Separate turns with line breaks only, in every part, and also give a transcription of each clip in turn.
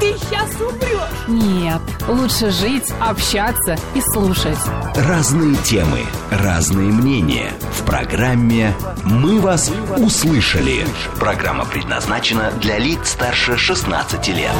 ты сейчас умрешь.
Нет, лучше жить, общаться и слушать.
Разные темы, разные мнения. В программе «Мы вас услышали». Программа предназначена для лиц старше 16 лет.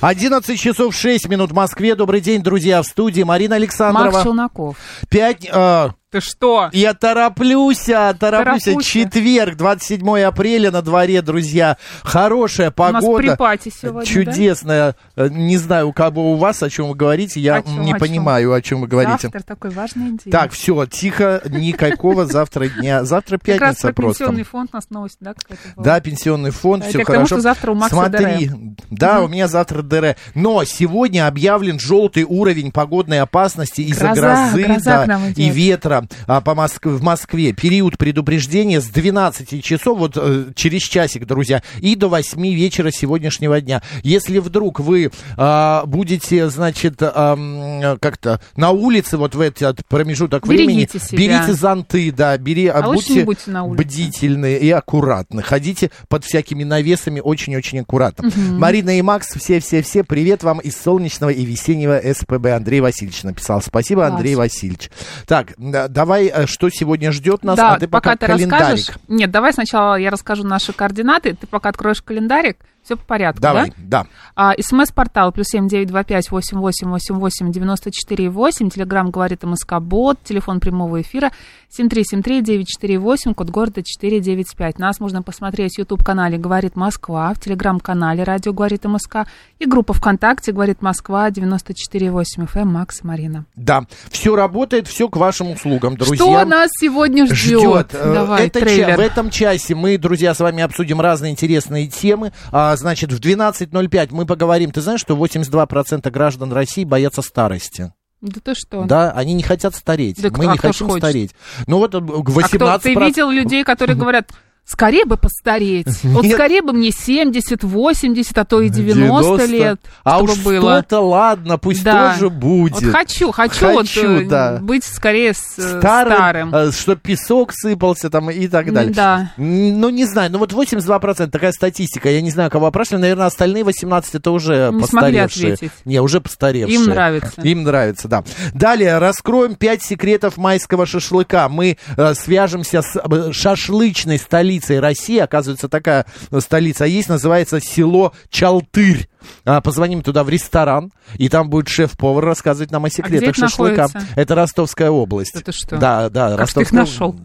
11 часов 6 минут в Москве. Добрый день, друзья, в студии Марина
Макс
Александрова.
Челноков.
Пять... э,
Ты что?
Я тороплюся, тороплюсь. а,
Торопуйся.
Четверг, 27 апреля на дворе, друзья. Хорошая погода.
У нас припати сегодня,
Чудесная. Э, Не знаю, у кого у вас, о чем вы говорите. Я
О чём,
не
о чём?
понимаю, о чем вы
да?
говорите.
Завтра такой важный день.
Так, все, тихо, никакого завтра дня. Завтра
Как раз
пятница
про
просто.
пенсионный фонд у нас новость, да, какая-то была?
Да, пенсионный фонд,
Это
все
к тому,
хорошо.
что Э, завтра у Макса
Смотри,
ДР.
да, у меня завтра ДР. Но сегодня объявлен желтый уровень погодной опасности из-за
Гроза,
грозы
гроза
да,
к нам идет.
и ветра а, по Моск- в Москве. Период предупреждения с 12 часов, вот э, через часик, друзья, и до 8 вечера сегодняшнего дня. Если вдруг вы а, будете, значит, ам, э, как-то на улице вот в этот промежуток времени,
Берегите себя.
берите зонты, да, бери,
А лучше
будьте
не будьте на улице.
бдительны и аккуратны. Ходите под всякими навесами очень-очень аккуратно. Марина и Макс, все-все-все, привет вам из солнечного и весеннего СПБ. Андрей Васильевич написал. Спасибо,
Класс.
Андрей Васильевич. Так, да, давай, э, что сегодня ждет нас,
Да,
а ты пока, календарик.
расскажешь. Нет, давай сначала я расскажу наши координаты. Ты пока откроешь календарик, все по порядку,
Давай,
да?
да.
А, СМС-портал плюс семь девять два пять восемь восемь восемь восемь девяносто четыре восемь. Телеграмм говорит МСК Бот. Телефон прямого эфира семь три семь три девять четыре восемь. Код города четыре девять пять. Нас можно посмотреть в YouTube канале Говорит Москва, в Телеграм-канале Радио Говорит МСК и группа ВКонтакте Говорит Москва девяносто четыре восемь ФМ Макс и Марина.
Да, все работает, все к вашим услугам, друзья.
Что нас сегодня ждет?
ждет. Э,
Давай,
это ча-
трейлер.
в этом часе мы, друзья, с вами обсудим разные интересные темы. А, значит, в 12.05 мы поговорим. Ты знаешь, что 82% граждан России боятся старости?
Да ты что?
Да, они не хотят стареть.
Да
мы
кто- а
не
кто ж
хотим
хочет?
стареть. Ну вот э,
А кто,
18%...
ты видел людей, которые говорят, скорее бы постареть. Вот
Нет.
скорее бы мне 70, 80, а то и 90, лет.
А
чтобы
уж
было.
что-то ладно, пусть
Да.
тоже будет.
Вот хочу, хочу, вот,
Хочу,
э,
да.
быть скорее с, э,
старым,
старым.
э, что песок сыпался там и так далее.
Да.
М, Ну, не знаю, ну вот 82% такая статистика, я не знаю, кого опрашивали, наверное, остальные 18 это уже
Не смогли
постаревшие.
ответить.
Не, уже постаревшие.
Им нравится.
Им нравится, да. Далее раскроем 5 секретов майского шашлыка. Мы э, свяжемся с э, шашлычной столицей России, оказывается, такая э, столица есть, называется село Чалтырь. А, Позвоним туда в ресторан, и там будет шеф-повар рассказывать нам о секретах
А это
шашлыка.
находится?
Это Ростовская область.
Да ты что?
Да, да.
Как же ты их
Ростовская-
нашел?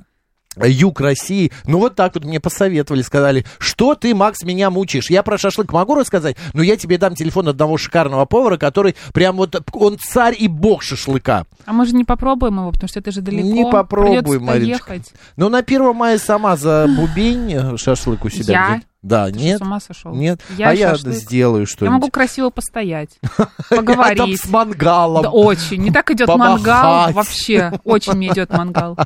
Юг России. Ну, вот так вот мне посоветовали, сказали, что ты, Макс, меня мучаешь. Я про шашлык могу рассказать, но я тебе дам телефон одного шикарного повара, который прям вот, он царь и бог шашлыка.
А мы же не попробуем его, потому что это же далеко.
Не попробуй,
Придется туда
Мариночка.
ехать.
Ну, на 1 мая сама забубень шашлык у себя.
Я?
где-то. Да,
Ты
нет.
Что, с ума сошел?
Нет,
Я
а я
шашлык.
сделаю
Я
что-нибудь.
могу красиво постоять,
А там
поговорить.
с мангалом.
Да очень. Не так идет мангал
Помахать.
вообще. Очень мне идет мангал.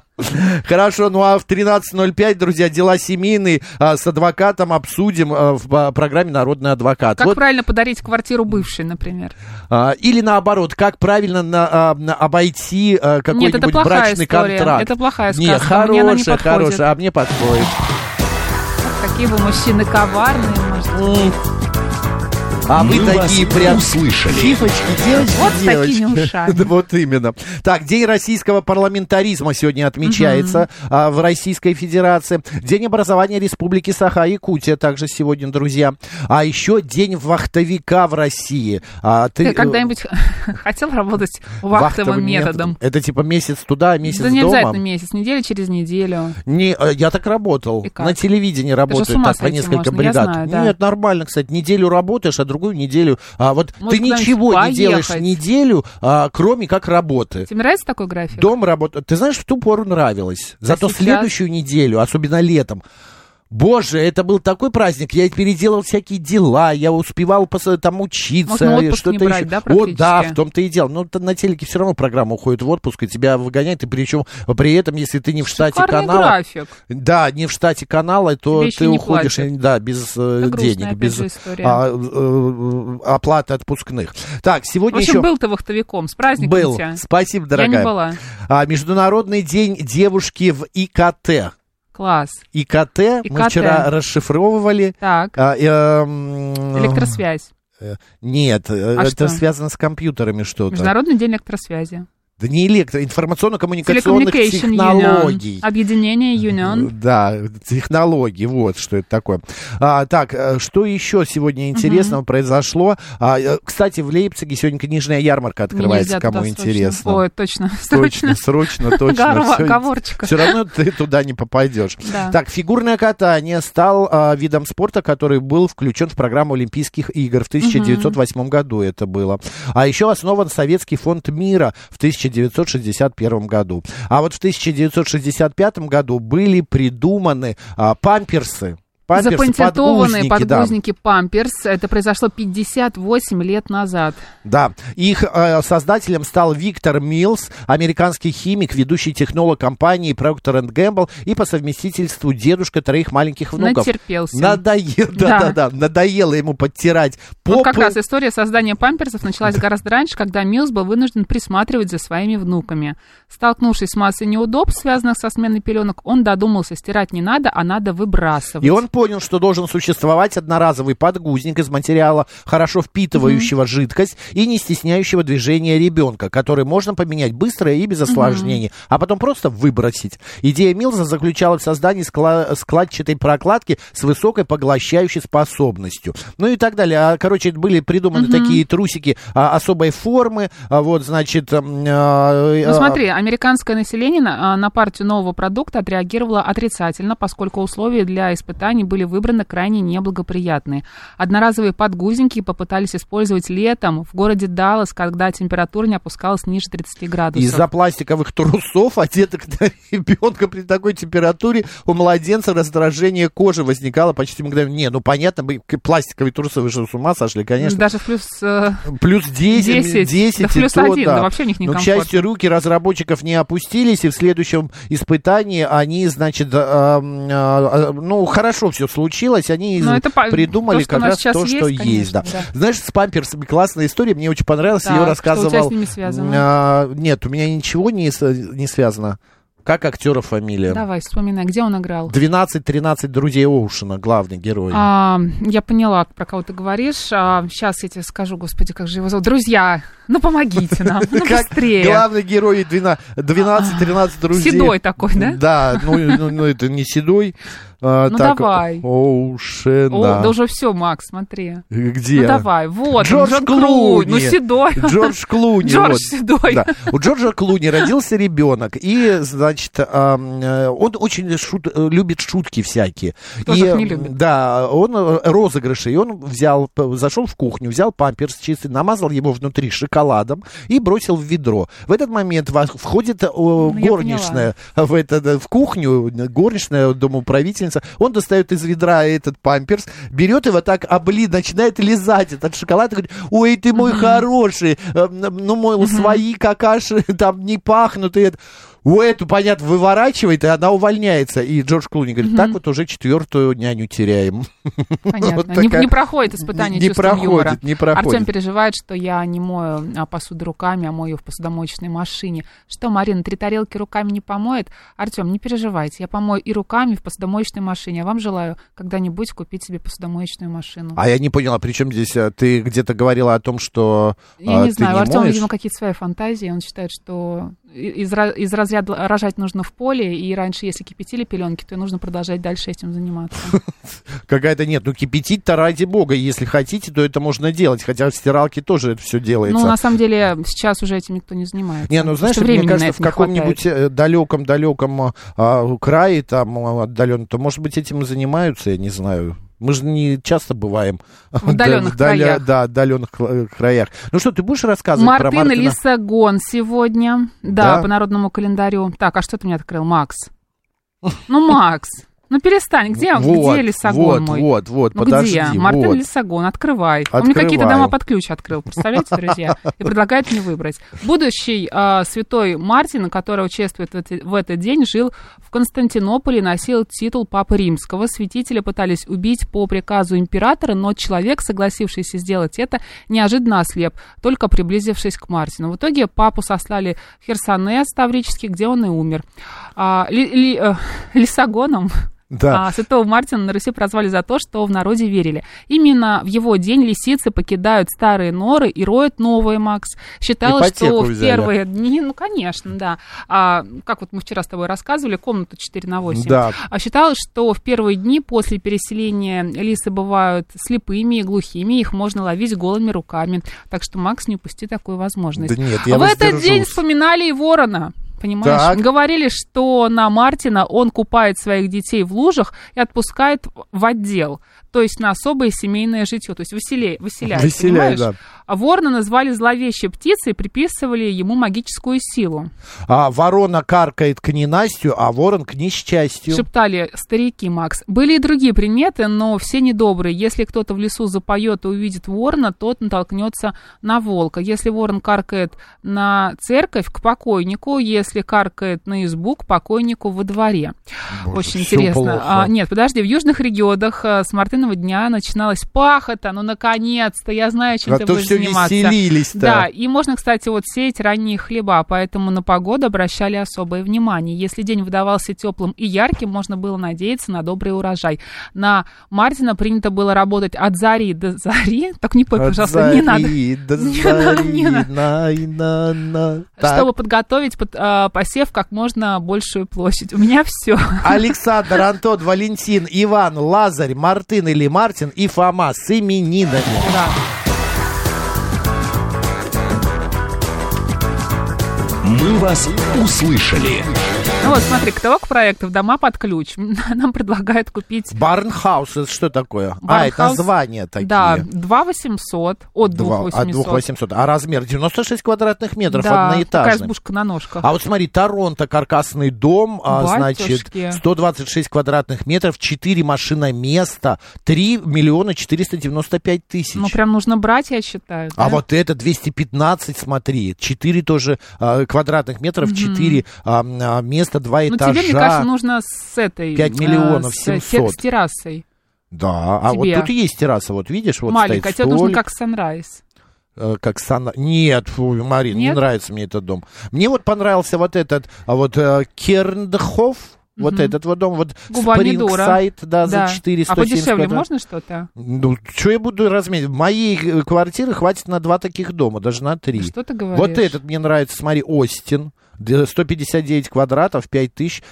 Хорошо, ну а в 13.05, друзья, дела семейные а, с адвокатом обсудим а, в а, программе «Народный адвокат».
Как
Вот,
правильно подарить квартиру бывшей, например?
а, или наоборот, как правильно на- а, на- обойти
Нет,
а,
это
какой-нибудь
плохая
брачный
история.
контракт.
Это плохая сказка.
Не,
Мне она не
хорошая,
подходит.
хорошая, а мне подходит.
Какие вы мужчины коварные, может.
А вы
мы вас
такие прям...
услышали.
Фифочки, девочки,
Вот с такими
девочки.
ушами.
Да, Вот именно. Так, День российского парламентаризма сегодня отмечается а, в Российской Федерации. День образования Республики Саха-Якутия также сегодня, друзья. А еще День вахтовика в России. А,
Ты
э,
когда-нибудь хотел работать вахтовым методом?
Это типа месяц туда, месяц
да не
дома.
обязательно месяц, неделя через неделю.
Не, э, я так работал.
И как?
На телевидении работаю
с ума
так, по
сойти
несколько
можно, я
бригад.
знаю, да.
Нет, нормально, кстати. Неделю работаешь, а другую неделю. А вот
Может,
ты
куда-нибудь
ничего
поехать?
не делаешь неделю, а, кроме как работы.
Тебе нравится такой график?
А
Дом работает. Ты знаешь, в ту пору нравилось. Зато
сейчас?
следующую неделю, особенно летом, Боже, это был такой праздник. Я переделал всякие дела, я успевал пос- там учиться,
Можно отпуск
что-то
не брать,
еще.
да,
вот, да,
практически?
в том-то и дело. Но т- на телеке все равно программа уходит в отпуск, и тебя выгоняют, и причем при этом, если ты не в штате
Шикарный
канала.
график.
Да, не в штате канала, то
Тебе еще
ты
не
уходишь,
платят.
э, да, без э,
Это грустная,
денег,
опять
без
же, история.
а, э, оплаты отпускных. Так,
В
сегодня
общем,
еще
был ты вахтовиком. С праздником
был.
тебя.
Спасибо,
Я
дорогая.
не была.
А, Международный день девушки в ИКТ.
Класс.
ИКТ, мы
ИКТ.
вчера расшифровывали.
Так,
А, эм,
электросвязь.
Нет, э,
А
это
что?
связано с компьютерами что-то.
Международный день электросвязи.
Да не электро, информационно-коммуникационных
Telecommunication Union.
технологий.
Объединение Union.
Да, технологии, вот что это такое. А, так, э, что еще сегодня интересного произошло? А, э, кстати, в Лейпциге сегодня книжная ярмарка открывается,
Нельзя
кому
туда срочно.
интересно.
Ой, точно,
Точно,
срочно.
срочно, точно.
Горва-
Всё-
Говорчика.
Все равно ты туда не попадешь.
Да.
Так, фигурное катание стал а, видом спорта, который был включен в программу Олимпийских игр в 1908 году это было. А еще основан Советский фонд мира в 1961 году. А вот в 1965 году были придуманы а, памперсы. Памперсы,
Запатентованные
подгузники, да.
подгузники Памперс. Это произошло 58 лет назад.
Да, их э, создателем стал Виктор Милс, американский химик, ведущий технолог компании Procter Gamble и по совместительству дедушка троих маленьких внуков.
Натерпелся.
Надоело, да. да, да, надоело ему подтирать попы.
Вот как раз история создания памперсов началась гораздо раньше, когда Милс был вынужден присматривать за своими внуками. Столкнувшись с массой неудобств, связанных со сменой пеленок, он додумался, стирать не надо, а надо выбрасывать.
И он понял, что должен существовать одноразовый подгузник из материала, хорошо впитывающего жидкость и не стесняющего движения ребенка, который можно поменять быстро и без осложнений, а потом просто выбросить. Идея Милза заключалась в создании скла- складчатой прокладки с высокой поглощающей способностью. Ну и так далее. А, Короче, были придуманы такие трусики а, особой формы. А, Вот, значит... м, а,
Ну
а,
смотри, американское население на, а, на партию нового продукта отреагировало отрицательно, поскольку условия для испытаний были выбраны крайне неблагоприятные. Одноразовые подгузники попытались использовать летом в городе Даллас, когда температура не опускалась ниже 30 градусов.
Из-за пластиковых трусов, одетых на ребенка при такой температуре, у младенца раздражение кожи возникало почти мгновенно. Не, ну понятно, бы, к- пластиковые трусы, вы что, с ума сошли, конечно.
Даже в плюс... э,
Плюс 10, 10,
10, да
и
плюс
то,
1,
да.
да вообще у них
Но, к
некомфортно.
счастью, руки разработчиков не опустились, и в следующем испытании они, значит, э, э, э, ну, хорошо все случилось, они
Ну, это по-
придумали
то, что у
как
нас
раз
сейчас
то,
есть,
что
конечно,
есть. Да.
да.
Знаешь, с памперсами классная история, мне очень понравилась,
Так,
ее
что у тебя с
рассказывал...
ними связано?
а, нет, у меня ничего не, с- не связано. Как актера фамилия?
Давай, вспоминай, где он играл?
12-13 друзей Оушена, главный герой.
А, я поняла, про кого ты говоришь. сейчас я тебе скажу, господи, как же его зовут. Друзья, ну помогите нам, ну
Как
быстрее. А,
главный герой 12 12-13 друзей.
Седой такой, да?
Да, ну, ну, ну, это не седой. а,
Ну,
так,
давай. О,
Оушена.
да уже все, Макс, смотри.
Где?
Ну давай, вот,
Джордж
Джон
Клуни.
Ну, седой.
Джордж Клуни.
Джордж
вот.
Седой.
Да. У Джорджа Клуни родился ребенок, и, значит, ам, э, он очень шут- э, любит шутки всякие.
Кто
и,
же их не
м,
любит?
Да, он э, розыгрыши, и он взял, п- зашел в кухню, взял памперс чистый, намазал его внутри шоколадом и бросил в ведро. В этот момент во- входит э,
Ну, я
горничная в, это, да, в кухню, горничная, домоуправительница, он достает из ведра этот памперс, берет его так, обли, начинает лизать этот шоколад и говорит, ой, ты мой хороший, э, ну, мой, свои какаши там не пахнут, и это... У эту, понятно, выворачивает, и она увольняется. И Джордж Клуни говорит, так вот уже четвертую няню теряем.
Понятно.
Вот
Не,
такая-
не проходит испытание
Не- не
чувством
проходит,
юмора.
не проходит.
Артем переживает, что я не мою а, посуду руками, а мою ее в посудомоечной машине. Что, Марина, три тарелки руками не помоет? Артем, не переживайте, я помою и руками, и в посудомоечной машине. А вам желаю когда-нибудь купить себе посудомоечную машину.
А я не поняла, при чем здесь э, ты где-то говорила о том, что э,
Я не
ты
знаю, у
не
Артема,
моешь?
видимо, какие-то свои фантазии. Он считает, что и- из, ра- из разряда л- рожать нужно в поле, и раньше, если кипятили пеленки, то и нужно продолжать дальше этим заниматься. Ну,
Какая-то нет. Ну, кипятить-то ради бога. Если хотите, то это можно делать. Хотя в стиралке тоже это все делается.
Ну, на самом деле, сейчас уже этим никто не занимается.
Не, ну
потому
знаешь,
что
мне
времени на
кажется,
это
в
не хватает.
каком-нибудь э, далеком-далеком а, крае, там отдаленно, то, может быть, этим и занимаются, я не знаю. Мы же не часто бываем в
отдаленных краях.
Да, отдаленных краях. Ну что, ты будешь рассказывать про
Мартин
Мартина?
Лисагон сегодня. Да,
Да?
по народному календарю. Так, а что ты мне открыл, Макс? Ну, Макс.
Ну перестань, где, он?
Вот,
где Лисагон
вот,
мой?
Вот, вот,
Ну
подожди.
где? Мартын
вот.
Лисагон, открывай. Он мне
Открываю.
какие-то дома под ключ открыл, представляете, друзья? И предлагает мне выбрать. Будущий э, святой Мартин, который участвует в, эти- в этот день, жил в Константинополе и носил титул Папы Римского. Святителя пытались убить по приказу императора, но человек, согласившийся сделать это, неожиданно ослеп, только приблизившись к Мартину. В итоге папу сослали в Херсонес Таврический, где он и умер. А, ли- ли- э, Лисагоном...
Да.
А святого Мартина на Руси прозвали за то, что в народе верили. Именно в его день лисицы покидают старые норы и роют новые, Макс. Считалось,
Ипотеку
что в
взяли.
первые дни, ну, конечно, да. А, как вот мы вчера с тобой рассказывали, комнату 4 на 8.
Да.
А считалось, что в первые дни после переселения лисы бывают слепыми и глухими, их можно ловить голыми руками. Так что, Макс, не упусти такую возможность.
Да нет, я
А в этот день
воздержусь.
вспоминали и ворона. Понимаешь?
Так.
Говорили, что на Мартина он купает своих детей в лужах и отпускает в отдел, то есть на особое семейное житье, то есть выселяет, выселяет,
Выселяет,
понимаешь?
да.
А ворона назвали зловещей птицей и приписывали ему магическую силу.
А ворона каркает к ненастью, а ворон к несчастью.
Шептали старики, Макс. Были и другие приметы, но все недобрые. Если кто-то в лесу запоет и увидит ворона, тот натолкнется на волка. Если ворон каркает на церковь, к покойнику. Если каркает на избу, к покойнику во дворе. Очень
всё
интересно.
плохо.
А, нет, подожди, в южных регионах а, с мартыного дня начиналась пахота. Ну, наконец-то, я знаю, чем
А
ты
то
будешь
всё
заниматься.
веселились-то.
Да, и можно, кстати, вот сеять ранние хлеба, поэтому на погоду обращали особое внимание. Если день выдавался теплым и ярким, можно было надеяться на добрый урожай. На Мартина принято было работать от зари до зари. Так не пой,
От
пожалуйста, не надо.
зари до
Не надо, не
зари,
надо.
най, на, на. Так.
Чтобы подготовить под- а, посев как можно большую площадь. У меня Ну все.
Александр, Антон, Валентин, Иван, Лазарь, Мартын или Мартин и Фома с именинами.
Да.
«Мы вас услышали».
Ну вот, смотри, каталог проектов «Дома под ключ». Нам предлагают купить...
Барнхаус, это что такое? а, это
Барнхаус.
названия такие.
Да, 2 800, от 2
Два- от
800.
2800. А размер 96 квадратных метров,
Да, такая
одноэтажный.
избушка на ножках.
А вот смотри, Торонто, каркасный дом, а, значит,
Батюшки.
126 квадратных метров, 4 машина места, 3 миллиона 495 тысяч.
Ну, прям нужно брать, я считаю.
А
да?
вот это 215, смотри, 4 тоже а, квадратных метров, 4 а, м, а, места, 2
Ну,
этажа.
тебе, мне кажется, нужно с этой...
Пять
э,
миллионов
с,
700.
те- С террасой.
Да, а
тебе.
вот тут и есть терраса, вот видишь, вот
Маленькая.
стоит
Тебе нужно
столик,
как санрайз.
э, как сана... Нет, фу, Марин, не
Нет?
нравится мне этот дом. Мне вот понравился вот этот, а вот э, Керндхоф, вот этот вот дом, вот
Губа не дура.
Спрингсайд, да, за
Да.
400
А подешевле можно что-то?
Ну, что я буду размерить? Моей э, квартиры хватит на два таких дома, даже на три.
А Что ты говоришь?
Вот этот мне нравится, смотри, Остин. Д- 159 квадратов,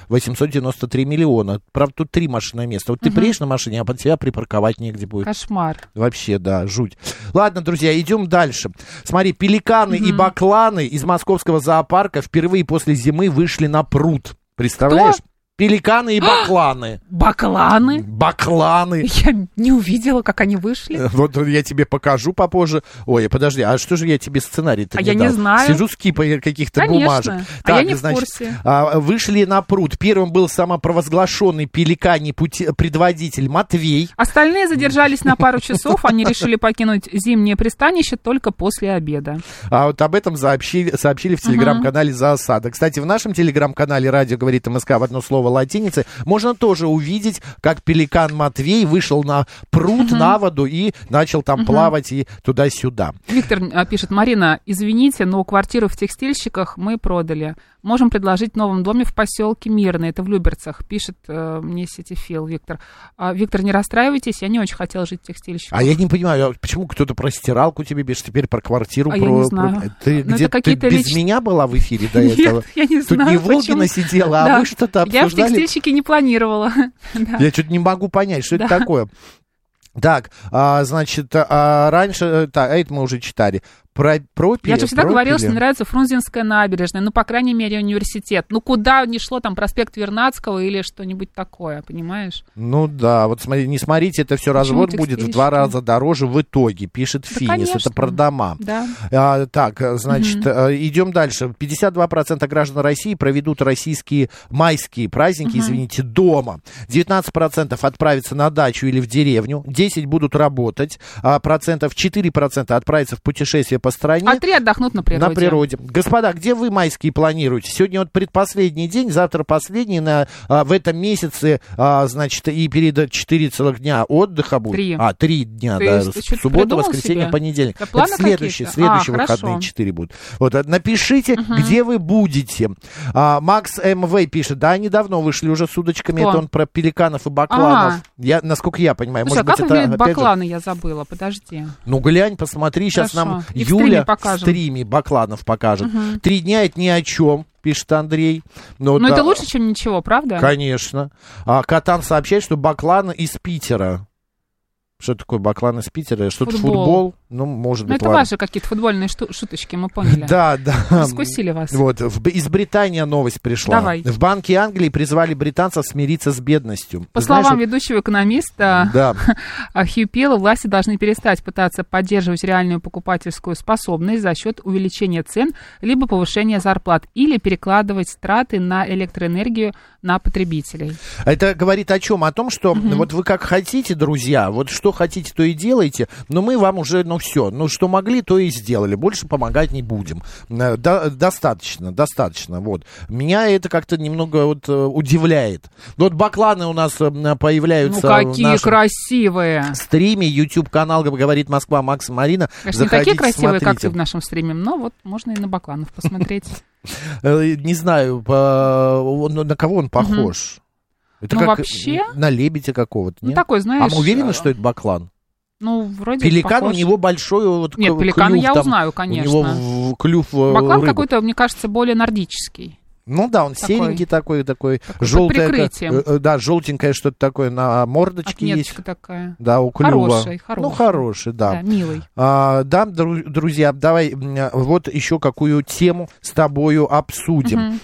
5893 миллиона. Правда, тут три машинное места. Вот ты приедешь на машине, а под тебя припарковать негде будет.
Кошмар.
Вообще, да, жуть. Ладно, друзья, идем дальше. Смотри, пеликаны и бакланы из московского зоопарка впервые после зимы вышли на пруд. Представляешь? Пеликаны и бакланы.
Бакланы?
Бакланы.
Я не увидела, как они вышли.
Вот я тебе покажу попозже. Ой, подожди, а что же я тебе сценарий-то
А
не
я не
дал?
знаю.
Сижу с кипой каких-то
Конечно.
бумажек.
А я не в курсе.
а, Вышли на пруд. Первым был самопровозглашенный пеликаний пути- предводитель Матвей.
Остальные задержались на пару часов. Они решили покинуть зимнее пристанище только после обеда.
А вот об этом сообщили, сообщили в телеграм-канале «Заосада». Кстати, в нашем телеграм-канале «Радио говорит МСК» в одно слово латиницы можно тоже увидеть, как пеликан Матвей вышел на пруд, на воду и начал там плавать и туда-сюда.
Виктор а, пишет, Марина, извините, но квартиру в текстильщиках мы продали. Можем предложить в новом доме в поселке Мирный, это в Люберцах, пишет э, мне сетифил Виктор. А, Виктор, не расстраивайтесь, я не очень хотела жить в текстильщиках.
А я не понимаю, а почему кто-то про стиралку тебе бежит, теперь про квартиру,
А я
про...
не
про-
знаю.
Ты
Ну, это
где ты
какие-то
без
лич-
меня была в эфире до
Нет,
этого?
я не
А Тут
знаю,
не Волгина
почему.
сидела, а
Да.
вы
Я
что-то
в
обсуждали.
текстильщике не планировала. Да.
Я что-то не могу понять, что это
Да.
такое. Так, а, значит, а, раньше, э, так, а это мы уже читали. про, пропили.
Я же всегда
пропили.
говорила, что мне нравится Фрунзенская набережная, ну, по крайней мере, университет. Ну, куда ни шло, там, проспект Вернадского или что-нибудь такое, понимаешь?
Ну да, вот смотри, не смотрите, это все развод
ты
будет в
эксперишь?
два раза дороже в итоге, пишет Финис.
конечно.
Это про дома.
Да.
А, так, э, значит, э, идем дальше. 52% граждан России проведут российские майские праздники, извините, дома. 19% отправятся на дачу или в деревню. 10% будут работать. А процентов 4% отправятся в путешествие по стране.
А три отдохнут на природе.
На природе. Господа, где вы майские планируете? Сегодня вот предпоследний день, завтра последний. На, а, в этом месяце, а, значит, и перед 4 целых дня отдыха будет.
Три.
А, три дня,
Ты
да.
что, что-то
Суббота,
придумал
воскресенье,
себе?
понедельник.
Да планы
Это следующие,
какие-то?
следующие
А,
выходные
хорошо.
4 будут. Вот, а, напишите, где вы будете. А, Макс МВ пишет, да, они давно вышли уже с удочками.
Кто?
Это он про пеликанов и бакланов.
А.
Я, насколько я понимаю,
Слушай, а
может
как
быть, это
выглядят
опять же-
бакланы, я забыла, подожди.
ну, глянь, посмотри, сейчас
Хорошо.
нам
И в стриме
Юля в
покажем.
стриме Бакланов покажет. Три дня это ни о чем, пишет Андрей. Ну,
Но
да,
Ну, это лучше, чем ничего, правда?
Конечно. А Катан сообщает, что Баклан из Питера. Что такое Баклан из Питера? Что-то футбол.
Футбол.
Ну, может
Ну,
быть,
это
ладно.
ваши какие-то футбольные шту- шуточки, мы поняли.
Да, да.
Раскусили вас.
Вот, в Б- из Британии новость пришла.
Давай.
В Банке Англии призвали британцев смириться с бедностью.
По
Ты знаешь,
словам
вот-
ведущего экономиста
Да.
а, Хью Пила, власти должны перестать пытаться поддерживать реальную покупательскую способность за счет увеличения цен либо повышения зарплат, или перекладывать траты на электроэнергию на потребителей.
Это говорит о чем? О том, что вот вы как хотите, друзья, вот что хотите, то и делайте, но мы вам уже, ну все, ну что могли, то и сделали, больше помогать не будем. Э, до- достаточно, достаточно, вот. Меня это как-то немного вот э, удивляет. Вот бакланы у нас э,
ну,
появляются в
какие
нашем
красивые!
стриме, YouTube канал «Говорит Москва» Макс и Марина.
Конечно, не такие
Заходите,
красивые, как ты
смотрите.
в нашем стриме, но вот можно и на Бакланов посмотреть.
Э, Не знаю, по- он- на кого он похож? Это
Ну,
как
вообще-
на лебедя какого-то,
Ну,
нет?
такой,
а
знаешь...
мы уверены,
э,
что это баклан?
Ну, вроде
Пеликан
похож.
у него большой э, вот
Нет,
к-
пеликана
клюв
я
там,
узнаю,
У
конечно.
него в- клюв э,
Баклан
рыбы.
какой-то, мне кажется, более нордический.
Ну да, он
такой.
серенький такой, такой, желтое,
под прикрытием.
э, э, да, желтенькое что-то такое на мордочке есть.
Отметочка такая.
Да, у клюва.
Хороший, хороший.
Ну, хороший, да.
Да, милый.
А, да, дру- друзья, давай м, а, вот еще какую тему с тобою обсудим.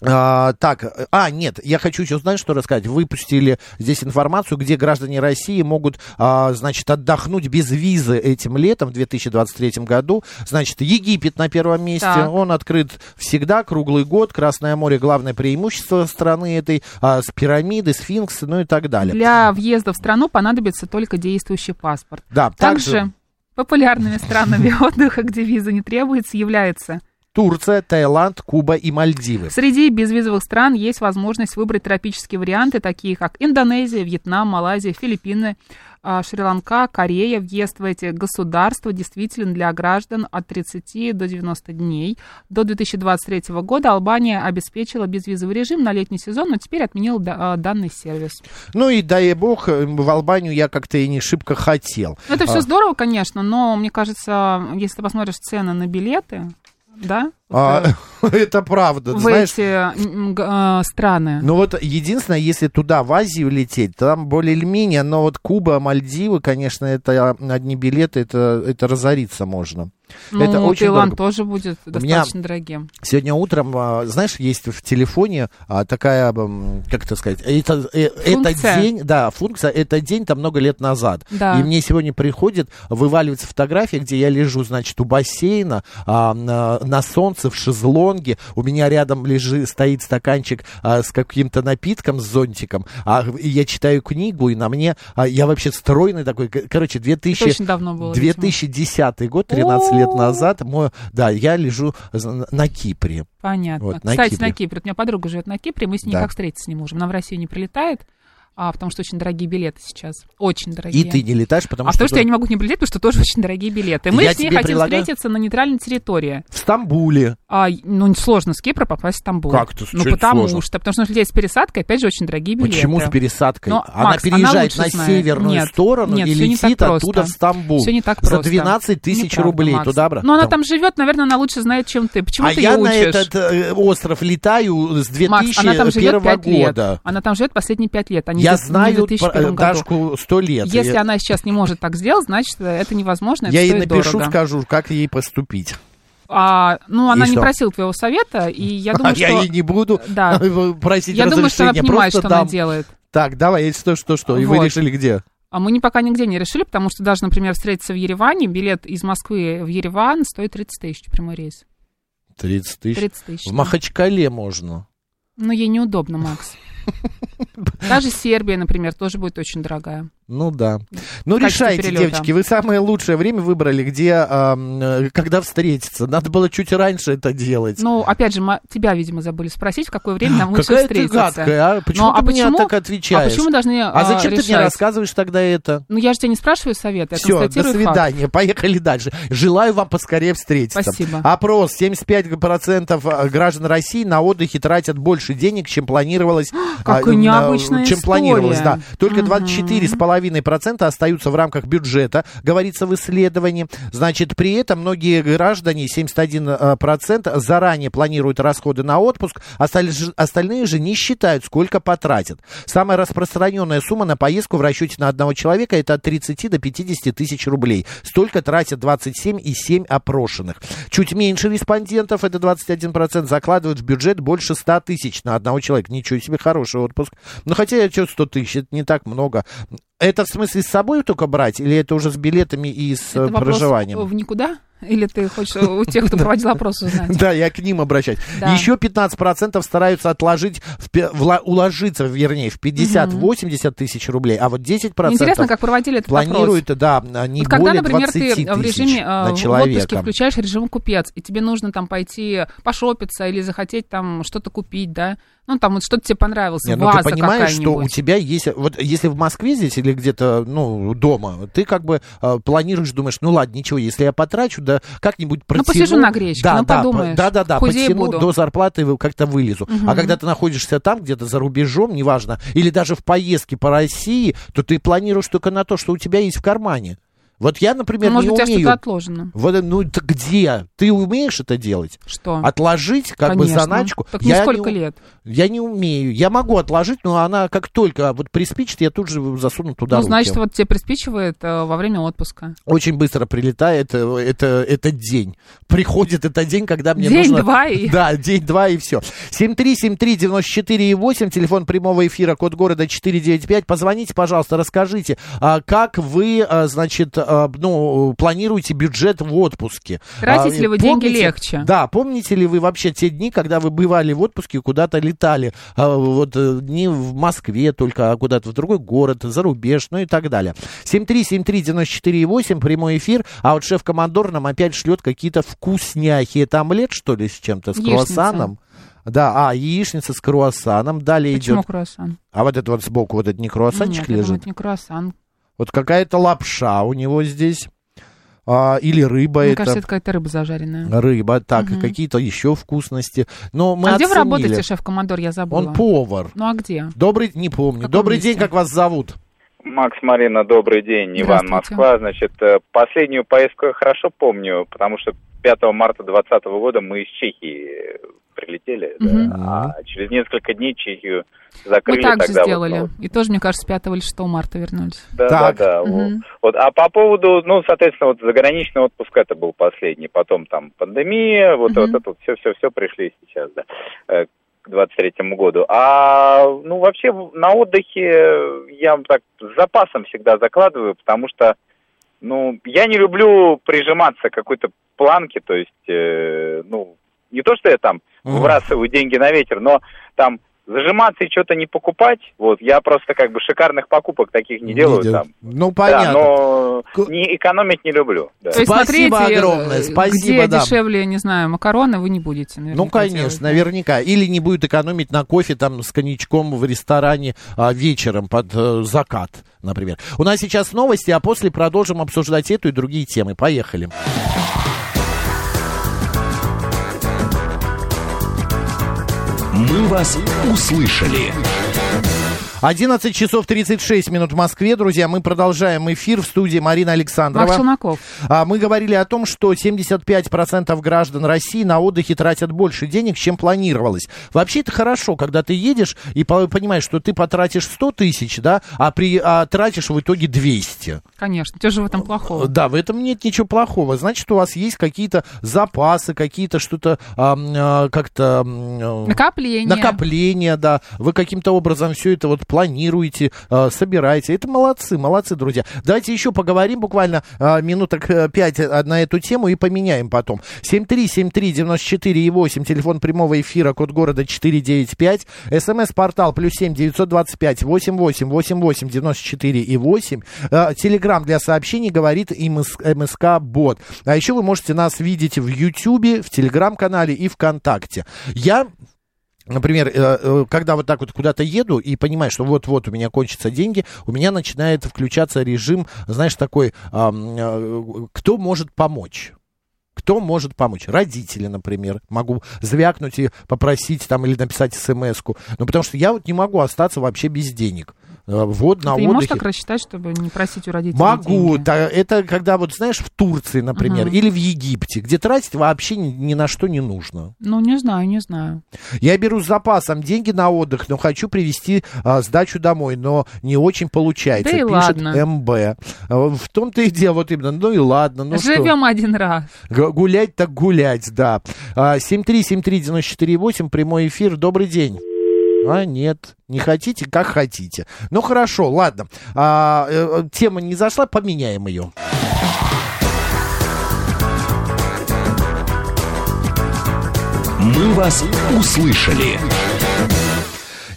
А, так, э, а, нет, я хочу еще, знаешь, что рассказать? Выпустили здесь информацию, где граждане России могут, а, значит, отдохнуть без визы этим летом в 2023 году. Значит, Египет на первом месте,
Так.
он открыт всегда, круглый год, Красное море, главное преимущество страны этой, а, с пирамиды, сфинксы, ну и так далее.
Для въезда в страну понадобится только действующий паспорт.
Да,
Также, популярными странами отдыха, где виза не требуется, является.
Турция, Таиланд, Куба и Мальдивы.
Среди безвизовых стран есть возможность выбрать тропические варианты, такие как Индонезия, Вьетнам, Малайзия, Филиппины, а, Шри-Ланка, Корея. Въезд в эти государства действителен для граждан от 30 до 90 дней. До 2023 года Албания обеспечила безвизовый режим на летний сезон, но теперь отменила да- а, данный сервис.
Ну и дай бог, э, в Албанию я как-то и не шибко хотел.
Ну, Это
А.
все здорово, конечно, но мне кажется, если ты посмотришь цены на билеты, да,
А,
вот, э,
это правда,
в
знаешь.
эти м, г- э, страны.
Ну вот единственное, если туда, в Азию лететь, там более или менее, но вот Куба, Мальдивы, конечно, это а, одни билеты, это, это разориться можно.
Ну,
это очень
Таиланд
дорого.
тоже будет
меня-
достаточно дорогим.
Сегодня утром, а, знаешь, есть в телефоне а, такая, м, как это сказать, это, э, это
Функция.
день, да, функция, это день там много лет назад.
Да.
И мне сегодня приходит, вываливается фотография, где я лежу, значит, у бассейна, а, на, на солнце, в шезлонге, у меня рядом лежи, стоит стаканчик а, с каким-то напитком, с зонтиком, а и я читаю книгу, и на мне, а, я вообще стройный такой, к- короче, 2000...
Это очень давно было. видимо.
2010 год, 13 лет назад, мой, да, я лежу з- на Кипре.
Понятно.
Вот, на
Кстати,
Кипре.
на Кипре. Вот У меня подруга живет на Кипре, мы с ней
Да.
как встретиться не можем. Нам в Россию не прилетает, а, потому что очень дорогие билеты сейчас. Очень
И
дорогие.
ты не летаешь, потому
а
что,
потому что я не могу к ней прилететь, потому что тоже очень дорогие билеты. Мы
Я
с ней
тебе
хотим
предлагаю-
встретиться на нейтральной территории.
в Стамбуле.
А, ну, сложно с Кипра попасть в Стамбул.
Как это?
Ну,
Чё это
потому
сложно?
что, потому что нужно лететь с пересадкой, опять же, очень дорогие билеты.
Почему с пересадкой?
Но,
она
Ну, Макс, она
переезжает
лучше
на
знает.
северную
Нет,
сторону
нет,
и
всё не
летит
так
оттуда
просто.
в Стамбул.
Всё не так
За
просто.
12 тысяч
Неправда,
рублей
Макс.
туда-обратно.
Но она там живет, наверное, она лучше знает, чем ты. Почему
а
ты
я
ее
на
учишь?
этот э, остров летаю с 2001
Макс, она там живет пять лет.
года.
Она там живет последние пять лет. а Они
Я знаю про- э,
2001 году.
Дашку сто лет.
Если
я,
она сейчас не может так сделать, значит, это невозможно, это
я ей
стоит
напишу,
дорого.
скажу, как ей поступить.
А, ну, она
И
не
что?
просила твоего совета, и я
Ну,
думаю,
а
что...
я ей не буду
Да.
просить
А, Я думаю, что она
разрешения,
понимает,
просто
что
дам.
она делает.
Так, давай, если что, что, что. И вы
Вот.
решили где?
А мы не, пока нигде не решили, потому что даже, например, встретиться в Ереване, билет из Москвы в Ереван стоит 30 тысяч, прямой рейс.
30 тысяч.
30 тысяч.
В Махачкале можно.
Ну, ей неудобно, Макс. Даже Сербия, например, тоже будет очень дорогая.
Ну да. Ну
качестве
решайте,
перелета.
девочки, вы самое лучшее время выбрали, где, а, м, э, когда встретиться. Надо было чуть раньше это делать.
Ну, опять же, ма- тебя, видимо, забыли спросить, в какое время нам лучше
Какая ты
встретиться.
гадкая, а? Почему
Ну,
ты
а
мне
почему-
так
А
отвечаешь?
почему мы должны
А зачем ты мне
решать?
рассказываешь тогда это?
Ну, я же тебя не спрашиваю совет, я
Все, до
констатирую факт.
свидания. Поехали дальше. Желаю вам поскорее встретиться.
Спасибо.
Опрос. 75% э, граждан России на отдыхе тратят больше денег, чем планировалось.
Какая
а, м,
необычная
Чем
история.
планировалось, да. Только 24,5% остаются в рамках бюджета, говорится в исследовании. Значит, при этом многие граждане, 71% заранее планируют расходы на отпуск, осталь- ж- остальные же не считают, сколько потратят. Самая распространенная сумма на поездку в расчете на одного человека это от 30 до 50 тысяч рублей. Столько тратят 27,7 опрошенных. Чуть меньше респондентов, это 21%, закладывают в бюджет больше 100 тысяч на одного человека. Ничего себе, хороший отпуск. Ну, хотя я что 100 тысяч, это не так много. Это в смысле с собой только брать, или это уже с билетами и с
Это
э,
вопрос
проживанием?
в никуда? Или ты хочешь у тех, кто проводил опрос, узнать?
Да, я к ним обращаюсь.
Да.
Еще 15% стараются отложить, в пе- вла- уложиться, вернее, в 50-80 тысяч рублей, а вот 10%
Интересно, как проводили этот опрос.
планируют, да, не
Вот когда,
более 20
например, ты в
тысяч
режиме э,
на
в отпуске
человека.
включаешь режим купец, и тебе нужно там пойти пошопиться или захотеть там что-то купить, да? Ну, там вот что-то тебе понравилось,
Не, ну
ваза
ты понимаешь, что у
какая-нибудь.
тебя есть... Вот если в Москве здесь или где-то, ну, дома, ты как бы э, планируешь, думаешь, ну ладно, ничего, если я потрачу, да как-нибудь протяну...
посижу на гречке,
да,
ну,
да,
подумаешь,
Да, да, да,
худее
потяну
буду.
до зарплаты вы- как-то вылезу. А когда ты находишься там, где-то за рубежом, неважно, или даже в поездке по России, то ты планируешь только на то, что у тебя есть в кармане. Вот я, например,
Ну, Может,
не
у тебя
умею...
что-то отложено.
Вот, э, ну, это где? Ты умеешь это делать?
Что?
Отложить как А бы
Конечно.
заначку.
Так ну
я не
сколько
у-
лет?
Я не умею. Я могу отложить, но она как только вот приспичит, я тут же засуну туда
Ну,
руки. А
значит, вот тебе приспичивает э, во время отпуска.
Очень быстро прилетает э, это, этот день. Приходит этот день, когда мне нужно...
День-два и...
Да, день-два и все. 7373948, телефон прямого эфира, код города 495. Позвоните, пожалуйста, расскажите, а, как вы, а, значит, а, ну, планируете бюджет в отпуске?
Тратите
А,
ли вы деньги
помните-
легче?
Да, помните ли вы вообще те дни, когда вы бывали в отпуске, и куда-то летали? А, Вот э, не в Москве только, а куда-то в другой город, за рубеж, ну и так далее. 7373948, прямой эфир, а вот шеф-командор нам опять шлет какие-то вкусняхи. Это омлет, что ли, с чем-то? С
Яичница.
круассаном? Да, а, яичница с круассаном. Далее
Почему
идет.
круассан?
А вот это вот сбоку, вот это не круассанчик
Нет, я думаю,
лежит?
это не круассан.
Вот какая-то лапша у него здесь. А, или рыба
Мне
это.
кажется, это какая-то рыба зажаренная.
Рыба, так, и какие-то еще вкусности. Но мы
а где вы
оценили.
работаете, шеф-командор? Я забыла.
Он повар.
Ну, а где?
Добрый, не помню.
каком
Добрый
месте?
день, как вас зовут?
Макс, Марина, добрый день. Иван,
Здравствуйте.
Москва. Значит, э, последнюю поездку я хорошо помню, потому что 5 марта 2020 года мы из Чехии э, прилетели, да,
Мгм.
а через несколько дней Чехию закрыли
Мы так же
тогда. вот,
сделали.
ну,
И тоже, мне кажется, 5 или 6 марта вернулись.
да,
Так.
да, да.
Мгм.
Вот. А по поводу, ну, соответственно, вот заграничный отпуск это был последний, потом там пандемия, вот,
Мгм.
вот это вот все-все-все пришли сейчас, да, э, к 23-му году. А, ну, вообще в- на отдыхе э, я так с запасом всегда закладываю, потому что, ну, я не люблю прижиматься к какой-то планке, то есть, э, ну, не то, что я там
Мгм.
выбрасываю деньги на ветер, но там зажиматься и что-то не покупать, вот, я просто как бы шикарных покупок таких не делаю
Видел.
там.
Ну,
Да,
понятно.
но
К-
не экономить не люблю. Да.
То есть
Спасибо
смотрите,
огромное,
э,
спасибо,
где
да.
дешевле, не знаю, макароны, вы не будете. наверняка
Ну, конечно,
делать.
наверняка. Или не будет экономить на кофе там с коньячком в ресторане а, вечером под э, закат, например. У нас сейчас новости, а после продолжим обсуждать эту и другие темы. Поехали.
«Мы вас услышали».
11 часов 36 минут в Москве, друзья. Мы продолжаем эфир в студии Марина Александрова.
Марк Челноков.
А, Мы говорили о том, что 75% граждан России на отдыхе тратят больше денег, чем планировалось. Вообще это хорошо, когда ты едешь и по- понимаешь, что ты потратишь 100 тысяч, да, а, при, а тратишь в итоге 200.
Конечно, что же в этом плохого?
Да, в этом нет ничего плохого. Значит, у вас есть какие-то запасы, какие-то что-то а, м, а, как-то... м, э,
Накопление.
накопления, да. Вы каким-то образом все это вот планируете, э, собираете. Это молодцы, молодцы, друзья. Давайте еще поговорим буквально э, минуток э, пять э, на эту тему и поменяем потом. 7373948, телефон прямого эфира, код города 495, смс-портал плюс 7 925 88 88 94 и 8. Э, Телеграм для сообщений говорит МСК Бот. А еще вы можете нас видеть в Ютьюбе, в Телеграм-канале и ВКонтакте. Я Например, э, э, когда вот так вот куда-то еду и понимаю, что вот-вот у меня кончатся деньги, у меня начинает включаться режим, знаешь, такой, ам, э, кто может помочь? Кто может помочь? Родители, например. Могу звякнуть и попросить там или написать смс-ку. Ну, потому что я вот не могу остаться вообще без денег. Э, Вот на
Ну, Ты не
отдыхе.
можешь так рассчитать, чтобы не просить у родителей
Могу.
деньги?
та- это когда вот, знаешь, в Турции, например, или в Египте, где тратить вообще ни- ни на что не нужно.
Ну, не знаю, не знаю.
Я беру с запасом деньги на отдых, но хочу привезти а, сдачу домой, но не очень получается.
Да и
пишет
ладно.
МБ. А, В том-то и дело, вот именно. Ну и ладно, ну что.
Живем один раз.
Г- Гулять так гулять, да. А, 7373948, прямой эфир, добрый день. А, нет, не хотите, как хотите. Ну хорошо, ладно. А, э, э, тема не зашла, поменяем ее.
«Мы вас услышали».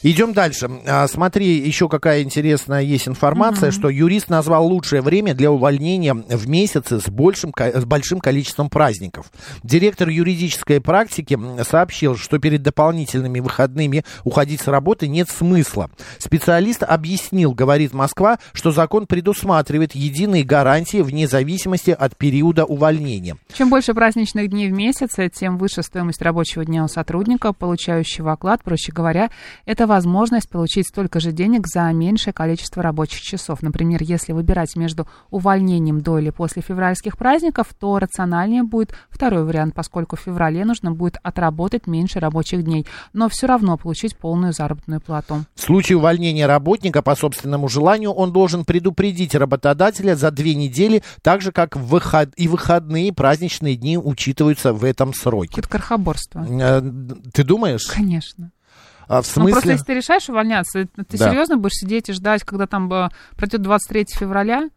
Идем дальше. А, Смотри, еще какая интересная есть информация, что юрист назвал лучшее время для увольнения в месяце с большим, ко- с большим количеством праздников. Директор юридической практики м, сообщил, что перед дополнительными выходными уходить с работы нет смысла. Специалист объяснил, говорит Москва, что закон предусматривает единые гарантии вне зависимости от периода увольнения.
Чем больше праздничных дней в месяц, тем выше стоимость рабочего дня у сотрудника, получающего оклад, проще говоря, это возможность получить столько же денег за меньшее количество рабочих часов. Например, если выбирать между увольнением до или после февральских праздников, то рациональнее будет второй вариант, поскольку в феврале нужно будет отработать меньше рабочих дней, но все равно получить полную заработную плату.
В случае увольнения работника по собственному желанию он должен предупредить работодателя за две недели, так же как в выход- и выходные и праздничные дни учитываются в этом сроке.
Какое-то крохоборство.
Э, Ты думаешь?
Конечно.
А, в
Ну, просто
смысле?
если ты решаешь увольняться, э, ты
Да.
серьезно будешь сидеть и ждать, когда там э, пройдет 23 февраля?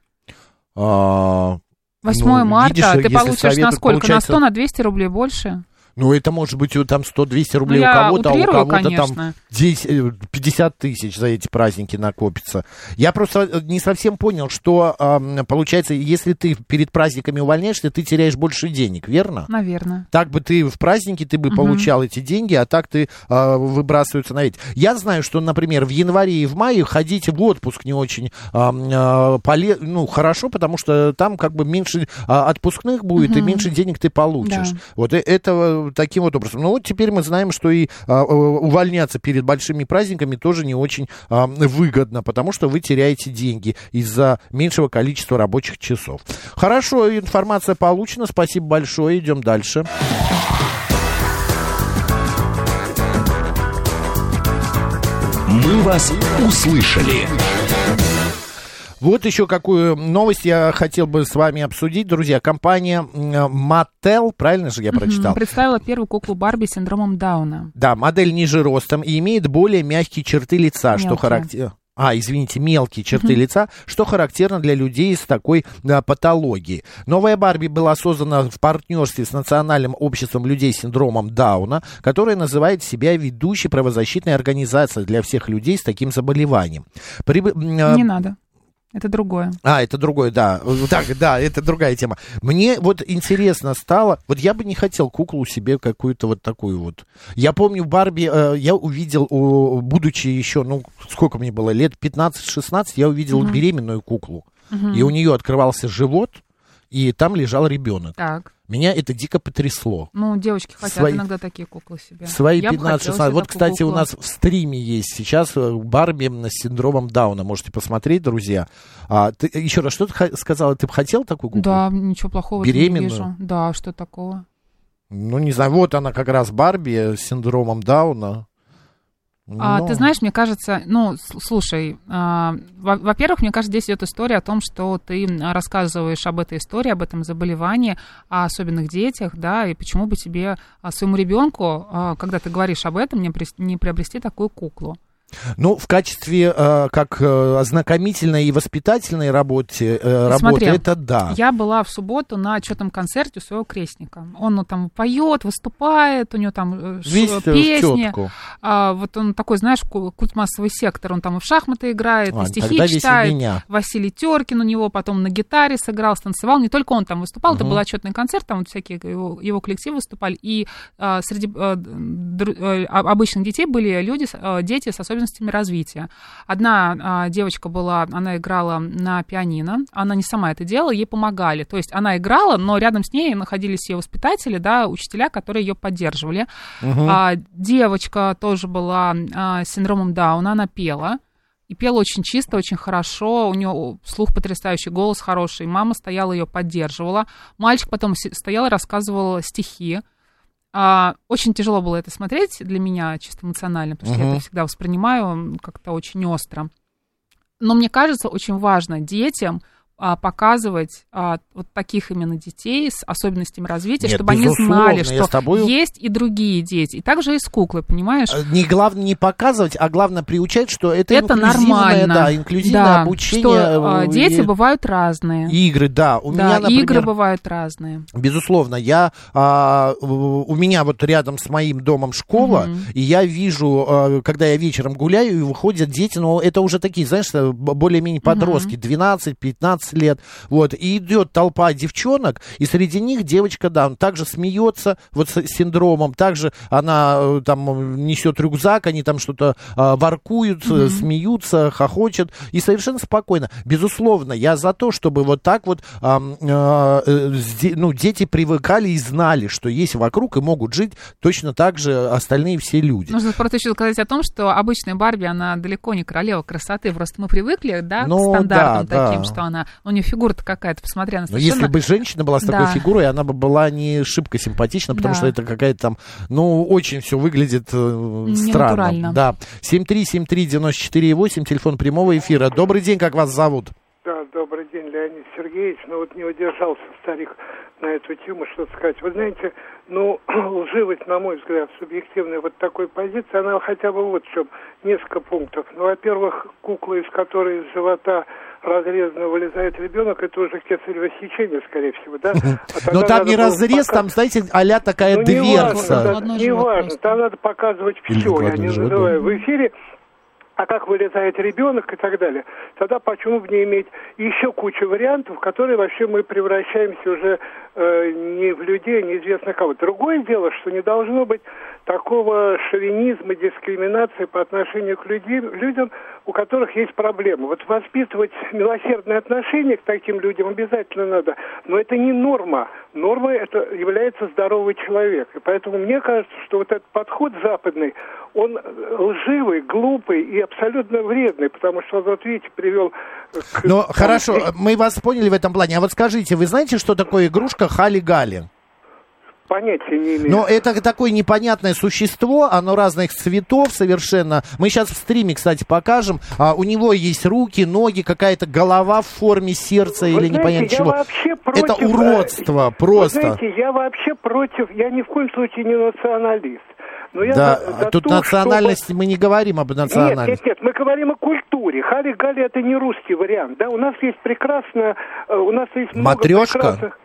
А,
8
Ну,
марта а
видишь,
ты
если
получишь на
советуют,
сколько?
получается-
На 100, на 200 рублей больше?
ну, это может быть вот там 100-200
Ну,
рублей у
я
кого-то, а у
утрирую,
кого-то там
конечно.
10, э, 50 тысяч за эти праздники накопится. Я просто э, не совсем понял, что ам, получается, если ты перед праздниками увольняешься, ты теряешь больше денег, верно?
Наверное.
Так бы ты в праздники ты бы получал эти деньги, а так ты а, выбрасываются на ведь. Я знаю, что, например, в январе и в мае ходить в отпуск не очень а, м, а, поле- ну, хорошо, потому что там как бы меньше а, отпускных будет и меньше денег ты получишь.
Да.
Вот э- это э, таким вот образом. Ну вот теперь мы знаем, что и а, э, увольняться перед большими праздниками тоже не очень а, м, выгодно, потому что вы теряете деньги из-за меньшего количества рабочих часов. Хорошо, информация получена. Спасибо большое. Идем дальше.
«Мы вас услышали».
Вот еще какую новость я хотел бы с вами обсудить, друзья. Компания м, Mattel, правильно же я прочитал?
Представила первую куклу Барби с синдромом Дауна.
Да, модель ниже ростом и имеет более мягкие черты лица, что
Мелкие.
характерно. А, извините, мелкие черты лица, что характерно для людей с такой да, патологией. Новая Барби была создана в партнерстве с Национальным обществом людей с синдромом Дауна, которое называет себя ведущей правозащитной организацией для всех людей с таким заболеванием. При- м, э,
Не надо. Это другое.
а, это другое, да. Так, да, это другая тема. Мне вот интересно стало, вот я бы не хотел куклу себе какую-то вот такую вот. Я помню Барби, э, я увидел, у- будучи еще, ну, сколько мне было, лет 15-16, я увидел беременную куклу. И у нее открывался живот, и там лежал ребенок.
Так.
Меня это дико потрясло.
Ну, девочки хотят
Свои-
иногда такие куклы себе.
Свои
Я бы хотела
15-16.
себе
Вот,
такую
кстати, у
куклу.
нас в стриме есть сейчас э, Барби с синдромом Дауна. Можете посмотреть, друзья. А, ты, еще раз, что ты хо- сказала? Ты бы хотел такую куклу?
Да, ничего плохого в этом
Беременную?
не вижу. Да, что такого?
Ну, не знаю. Вот она как раз Барби э, с синдромом Дауна.
А,
Ну,
ты знаешь, мне кажется, ну, с- слушай, а, во- во-первых, мне кажется, здесь идет история о том, что ты м, рассказываешь об этой истории, об этом заболевании, о особенных детях, да, и почему бы тебе, а, своему ребенку, а, когда ты говоришь об этом, не, прис- не приобрести такую куклу.
Ну, в качестве э, как э, ознакомительной и воспитательной работе, э,
Вот
работы,
смотри,
это да.
Я была в субботу на отчетном концерте у своего крестника. Он ну, там поет, выступает, у него там э, ш-
Весь э, в
песни.
тетку.
А, вот он такой, знаешь, ку- культ массовый сектор. Он там и в шахматы играет,
Ладно,
и стихи
тогда весь
читает.
у меня.
Василий Теркин у него потом на гитаре сыграл, станцевал. Не только он там выступал, это
Мгм.
был отчетный концерт, там вот всякие его, его коллективы выступали. И а, среди а, дру- э, а- обычных детей были люди, с- а, дети с особенностями развития. Одна а, девочка была, она играла на пианино, она не сама это делала, ей помогали. То есть она играла, но рядом с ней находились ее воспитатели, да, учителя, которые ее поддерживали. А, девочка тоже была а, с синдромом Дауна, она пела. И пела очень чисто, очень хорошо. У нее слух потрясающий, голос хороший. Мама стояла, ее поддерживала. Мальчик потом си- стоял и рассказывал стихи. А, очень тяжело было это смотреть для меня, чисто эмоционально, потому что я
Мгм.
это всегда воспринимаю м, как-то очень остро. Но мне кажется, очень важно детям а, показывать а, вот таких именно детей с особенностями развития,
Нет,
чтобы они
безусловно,
знали,
я
что
с тобою-
есть и другие дети. И также и с куклой, понимаешь?
Э, Не главное не показывать, а главное приучать, что это,
Это
инклюзивное,
нормально.
Да, инклюзивное
Да,
обучение.
Что, а,
э,
дети
и-
бывают разные.
Игры, да. У
да,
меня, например,
игры бывают разные.
Безусловно, я а, у у меня вот рядом с моим домом школа, и я вижу, а, когда я вечером гуляю, и выходят дети, но это уже такие, знаешь, э, б- более-менее подростки, 12-15 лет, вот, и идет толпа девчонок, и среди них девочка, да, также смеется, вот с синдромом, также она э, там несет рюкзак, они там что-то а, воркуют, э, смеются, хохочет, и совершенно спокойно. Безусловно, я за то, чтобы вот так вот ам, э, э, сде- ну, дети привыкали и знали, что есть вокруг и могут жить точно так же остальные все люди.
Нужно просто еще сказать о том, что обычная Барби, она далеко не королева красоты. Просто мы привыкли, да,
Ну,
к стандартам
да,
таким,
да.
что она... У нее фигура-то какая-то, посмотря на
Но
совершенно...
если бы женщина была с такой
Да.
фигурой, она бы была не шибко симпатична, потому
Да.
что это какая-то там, ну, очень все выглядит э, странно.
Ненатурально.
Да. 7373948, телефон прямого эфира. Добрый день, как вас зовут?
Да, добрый день, Леонид Сергеевич. Ну вот не удержался старик на эту тему что сказать. Вы знаете, ну, лживость, на мой взгляд, субъективная вот такой позиции, она хотя бы вот в чем. Несколько пунктов. Ну, во-первых, кукла, из которой из живота разрезанно вылезает ребенок, это уже кесарево сечение, скорее всего, да? А
Но
тогда
там не
надо было
разрез,
пока-
там, знаете, а-ля такая
ну,
дверца.
Неважно,
Одно
да,
живот
неважно,
просто.
там надо показывать
Или
все, я
ладно,
не
живот,
называю в эфире. А как вылезает ребенок и так далее. Тогда почему бы не иметь еще кучу вариантов, в которые вообще мы превращаемся уже э, не в людей, неизвестно кого. Другое дело, что не должно быть такого шовинизма, дискриминации по отношению к людей, людям, у которых есть проблемы. Вот воспитывать милосердное отношение к таким людям обязательно надо, но это не норма. Нормой это является здоровый человек. И поэтому мне кажется, что вот этот подход западный, он э, лживый, глупый и абсолютно вредный, потому что он, вот видите, привел к...
Ну, хорошо, мы вас поняли в этом плане. А вот скажите, вы знаете, что такое игрушка Хали-Гали?
Понятия не имею.
Но это такое непонятное существо, оно разных цветов совершенно. Мы сейчас в стриме, кстати, покажем. А, у него есть руки, ноги, какая-то голова в форме сердца
Вы
или
знаете,
непонятно
я
чего.
вообще против,
это
э,
уродство просто.
Вы знаете, я вообще против, я ни в коем случае не националист. Но я
да,
за- за
тут
то,
национальность,
чтобы-
мы не говорим об
Нет, нет,
национальности.
нет, мы говорим о культуре. Хали-гали это не русский вариант, да? У нас есть прекрасная, э, у нас есть много
Матрёшка?
прекрасных-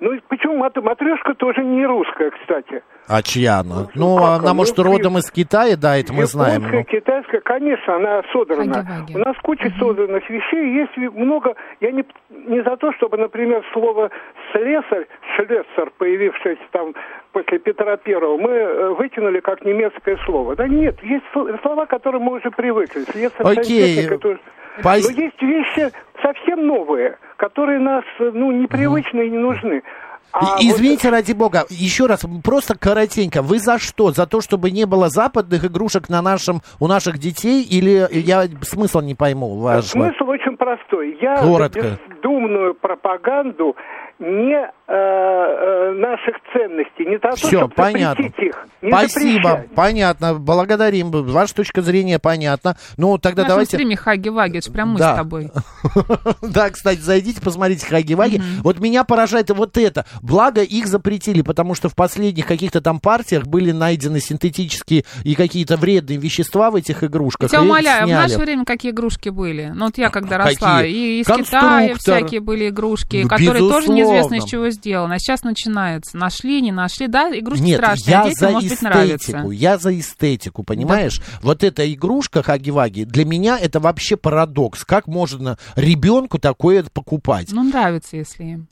Ну и почему мат- матрешка тоже не русская, кстати?
А чья она?
Ну,
Ну,
как
она,
она?
может,
Ну,
родом из Китая, да, это мы знаем.
Японская,
ну.
китайская, конечно, она содрана.
Ваги-ваги.
У нас куча содранных вещей, есть ви- много... Я не, не за то, чтобы, например, слово «слесарь», «шлессер», появившееся там после Петра Первого, мы э, выкинули как немецкое слово. Да нет, есть сло- слова, к которым мы уже привыкли. Слесарь,
Окей.
сантехник, это уже-
Пойс-
Но есть вещи совсем новые, которые нас, э, ну, непривычны и не нужны.
А
И- Извините, ради бога, еще раз, просто коротенько, вы за что? За то, чтобы не было западных игрушек на нашем, у наших детей? Или я смысл не пойму вашего?
А Смысл очень простой. Я
Коротко.
за бездумную пропаганду не э, э, наших ценностей, не за то,
Все,
чтобы
понятно.
запретить их, не
Спасибо,
запрещать.
понятно, благодарим. Ваша точка зрения понятна. Ну,
На
тогда
этом
давайте...
стриме Хаги Ваги, это ж прям мы
Да.
с тобой.
Да, кстати, зайдите, посмотрите Хаги-Ваги. Вот меня поражает вот это. Благо, их запретили, потому что в последних каких-то там партиях были найдены синтетические и какие-то вредные вещества в этих игрушках.
Тебя
и их
умоляю, в
сняли. А
наше время какие игрушки были? Ну вот я когда росла,
Какие?
и из Китая
Конструктор.
всякие были игрушки,
Ну,
которые тоже
безусловно.
неизвестно из чего сделаны. А сейчас начинается. Нашли, не нашли, да, игрушки
Нет,
страшные,
я
а детям,
за
может быть, нравится.
эстетику, я за эстетику, понимаешь? Вот эта игрушка Хаги-Ваги, для меня это вообще парадокс. Как можно ребенку такое покупать?
Ну, нравится, если им.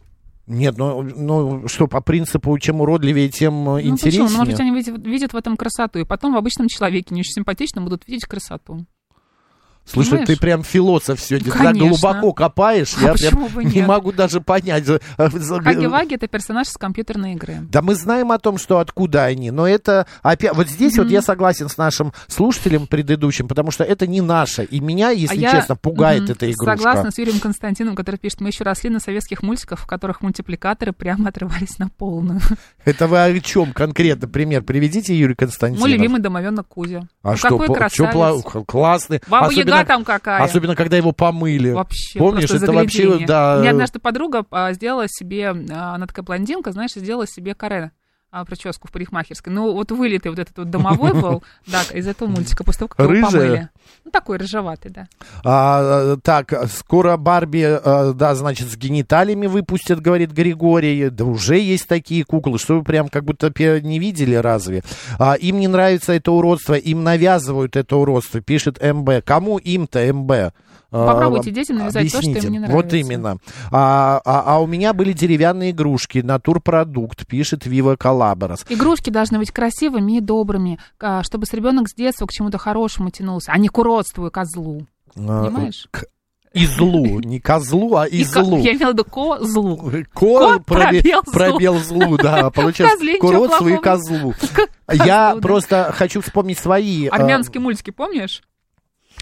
Нет, ну, ну что, по принципу, чем уродливее, тем э,
Ну,
интереснее.
почему? Ну, может быть, они видят, видят в этом красоту, и потом в обычном человеке не очень симпатично будут видеть красоту.
Слушай,
Понимаешь?
ты прям философ сегодня,
Ну,
ты так
конечно.
глубоко копаешь, я
А почему
прям
бы
не
нет?
могу даже понять. за- за-
Хаги-Ваги — это персонаж из компьютерной игры.
Да мы знаем о том, что откуда они, но это опять... Вот здесь вот я согласен с нашим слушателем предыдущим, потому что это не наше, и меня,
А
если
я,
честно, пугает
мгм,
эта игрушка.
Согласна с Юрием Константином, который пишет, мы еще росли на советских мультиках, в которых мультипликаторы прямо отрывались на полную.
Это вы о чем конкретно пример? Приведите, Юрий Константинов.
Мой любимый домовенок Кузя.
А
Ну,
что,
какой
по- чё
красавец.
пла- х- классный.
Баба Яга
Особенно-
там какая.
Особенно, когда его помыли.
Вообще,
Помнишь,
просто
это вообще,
загляденье.
да.
У меня однажды подруга а, сделала себе, а, она такая блондинка, знаешь, сделала себе каре а, прическу в парикмахерской. Ну, вот вылитый вот этот вот домовой был, да, из этого мультика, после того, как его
Рыжая?
помыли. Ну, такой рыжеватый, да.
А, э, так, скоро Барби, э, да, значит, с гениталиями выпустят, говорит Григорий. Да уже есть такие куклы, что вы прям как будто пе- не видели разве? А, им не нравится это уродство, им навязывают это уродство, пишет МБ. Кому им-то МБ? А,
Попробуйте детям навязать то, что им
объясните.
не
Вот
нравится.
именно. А, а- а у меня были деревянные игрушки, натурпродукт, пишет Вива Колаборас.
Игрушки должны быть красивыми и добрыми, а, чтобы с ребенок с детства к чему-то хорошему тянулся, а не к уродству и козлу. Понимаешь?
К- А, И злу, не козлу, а и,
И ко-
злу.
Я имела в виду козлу.
Ко
Кот
пробе-
пробел
пробел,
злу.
злу, да, получается,
Козле ничего
куродству и
плохого.
козлу.
К-
Я
козлу, да.
просто хочу вспомнить свои... э,
Армянские мультики, помнишь?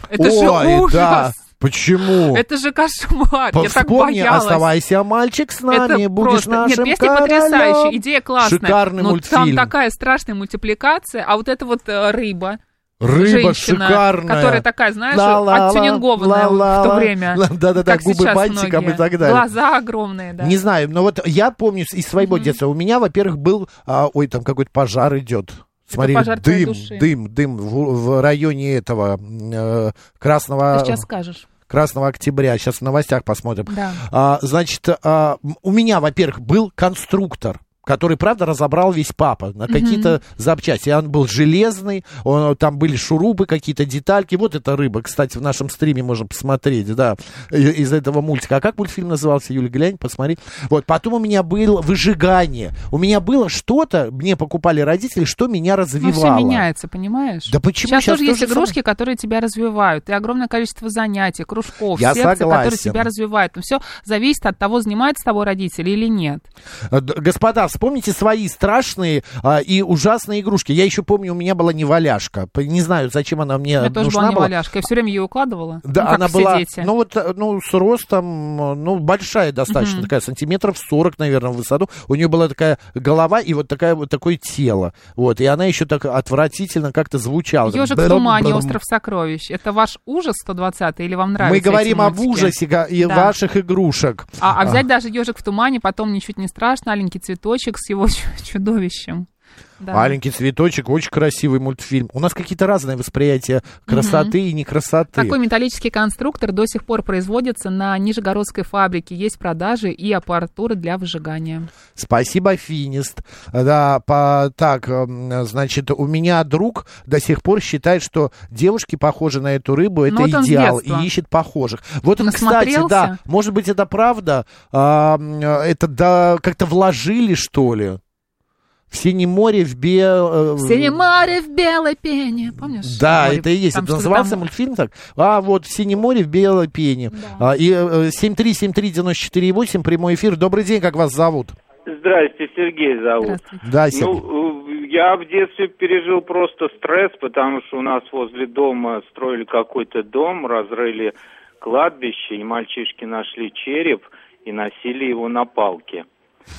Это
Ой,
же ужас.
да, почему?
Это же кошмар.
По-
Я так
Вспомни,
боялась.
оставайся, мальчик, с нами,
это
будешь
просто... Нет,
нашим
песни
королем.
потрясающие, идея классная.
Шикарный
но там
мультфильм.
такая страшная мультипликация, а вот эта вот э, рыба,
Рыба
женщина,
шикарная.
которая такая, знаешь,
Ла-ла-ла,
оттюнингованная вот в то
ла-ла-ла.
время.
Ла- Да-да-да,
как
губы
сейчас
бантиком
многие.
и так далее.
Глаза огромные, да.
Не знаю, но вот я помню с- из своего детства. У меня, во-первых, был, а, ой, там какой-то пожар идет. Смотри,
Типа пожар твоей
дым,
души.
дым, дым в, в районе этого м, э, красного,
Ты сейчас скажешь.
красного октября. Сейчас в новостях посмотрим.
Да.
А, значит, а, м, у меня, во-первых, был конструктор который, правда, разобрал весь папа на какие-то запчасти. И Он был железный, он, э, там были шурупы, какие-то детальки. Вот эта рыба, кстати, в нашем стриме можно посмотреть, да, и- из этого мультика. А как мультфильм назывался, Юля, глянь, посмотри. Вот, потом у меня было выжигание. У меня было что-то, мне покупали родители, что меня
Ну,
развивало.
все меняется, понимаешь?
Да почему
Сейчас,
сейчас
тоже
то
есть
же самое?
игрушки, которые тебя развивают. И огромное количество занятий, кружков,
Я
секций, которые
согласен.
тебя развивают. Но все зависит от того, занимаются с тобой родители или нет.
Э, д- Господа, вспомните свои страшные а, и ужасные игрушки. Я еще помню, у меня была неваляшка. П- Не знаю, зачем она мне
У меня тоже
Э, нужна
была
была.
неваляшка. Я все время ее укладывала.
Да,
ну, как
она
все
была,
дети.
ну вот, э, ну с ростом, э, ну большая достаточно, такая сантиметров 40, наверное, в высоту. У нее была такая голова и вот такая вот такое тело, вот. И она еще так отвратительно как-то звучала.
Ежик в
Бррм,
тумане,
бррм.
остров сокровищ. Это ваш ужас 120 или вам нравится?
Мы говорим об ужасе га- и
Да.
ваших игрушек.
А, а взять даже ежик в тумане, потом ничуть не страшно, аленький цветочек с его чу- чудовищем. Да.
Маленький цветочек, очень красивый мультфильм. У нас какие-то разные восприятия красоты и не красоты.
Такой металлический конструктор до сих пор производится на Нижегородской фабрике. Есть продажи и аппаратура для выжигания.
Спасибо, Финист. Да, по, так, эм, значит, у меня друг до сих пор считает, что девушки похожи на эту рыбу, это
Ну, вот он с
идеал,
детства.
и ищет похожих. Вот, он, кстати,
Насмотрелся?
да, может быть, это правда, а, м, это да, как-то вложили, что ли? В синем море, в бе... э,
В синем море в белой пене. Помнишь?
Да,
Море?
это и есть.
Там
это
что-то
назывался
там-
мультфильм так. А вот в Синем море в белой э, пене. А, и э, 7373948 прямой эфир. Добрый день, как вас зовут?
Здрасте, Сергей зовут.
Да, Сергей.
Ну, э, я в детстве пережил просто стресс, потому что у нас возле дома строили какой-то дом, разрыли кладбище, и мальчишки нашли череп и носили его на палке.